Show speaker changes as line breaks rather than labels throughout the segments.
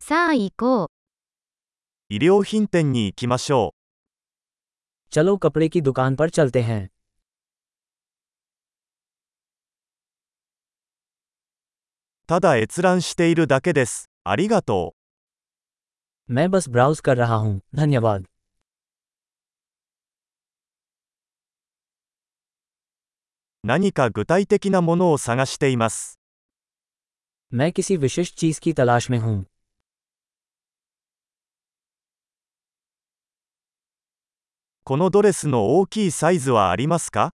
さあ行こう。
衣料品店に行きましょ
चलो कपड़े की दुकान पर चलते हैं
う。ただ閲覧しているだけです。ありがとう。
मैं बस ब्राउज कर रहा हूँ धन्यवाद
何か具体的なものを探しています。
मैं किसी विशिष्ट चीज़ की तलाश में हूँ
このドレスの大きいサイズはありますか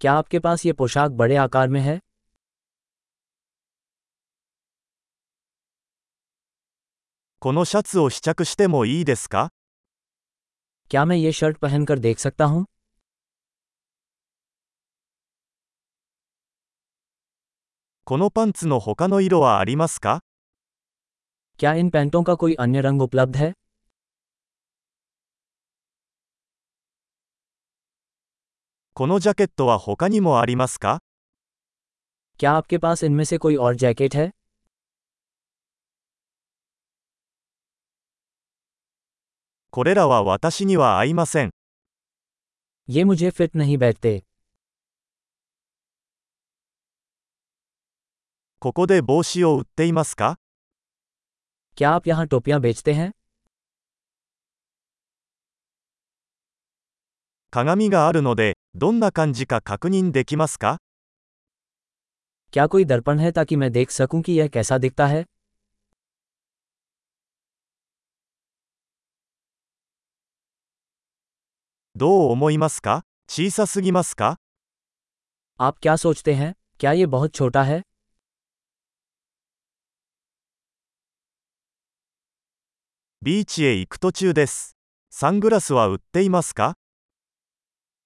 क्या आपके पास ये पोशाक बड़े आकार में है
このシャツを試着してもいいですか
क्या मैं ये शर्ट पहनकर देख सकता हूँ
このパンツの他の色はありますか
क्या इन पैंटों का कोई अन्य रंग उपलब्ध है
このジャケットは他にもありますか
क्या आपके पास इनमें से कोई और जैकेट है
これらは私には合いません。
ये मुझे फिट नहीं बैठते
ここで帽子を売っていますか
क्या आप यहाँ टोपियाँ बेचते हैं
鏡があるので、どんな感じか確認できますか
क्या कोई दर्पण है ताकि मैं देख सकूं कि यह कैसा दिखता है
どう思いますか小さすぎますか
आप क्या सोचते हैं क्या ये बहुत छोटा है
ビーチへ行く途中です。サングラスは売っていますか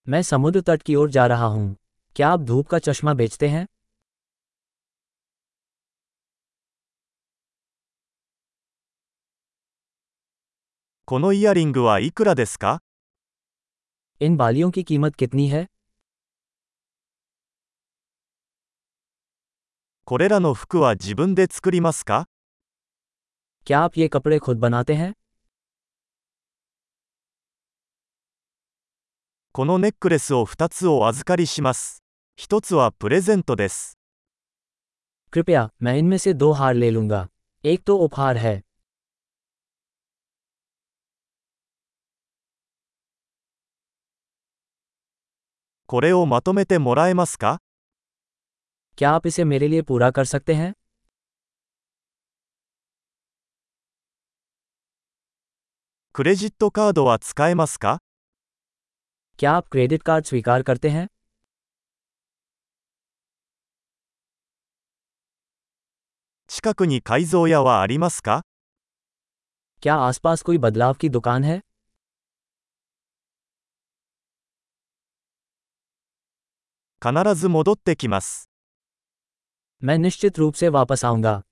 मैं समुद्र तट की ओर जा रहा हूँ क्या आप धूप का चश्मा बेचते हैं
このイヤリングはいくらですか
इन बालियों की कीमत कितनी है
これらの服は自分で作りますか
क्या आप ये कपड़े खुद बनाते हैं
このネックレスを2つお預かりします。1つはプレゼントです。
कृपया मैं इनमें से दो हार ले लूंगा एक तो उपहार है
これをまとめてもらえますか
क्या आप इसे मेरे लिए पूरा कर सकते हैं
クレジットカードは使えますか
क्या आप क्रेडिट कार्ड स्वीकार करते हैं
近くに改造屋はありますか
क्या आसपास कोई बदलाव की दुकान है
必ず戻ってきます。
मैं निश्चित रूप से वापस आऊंगा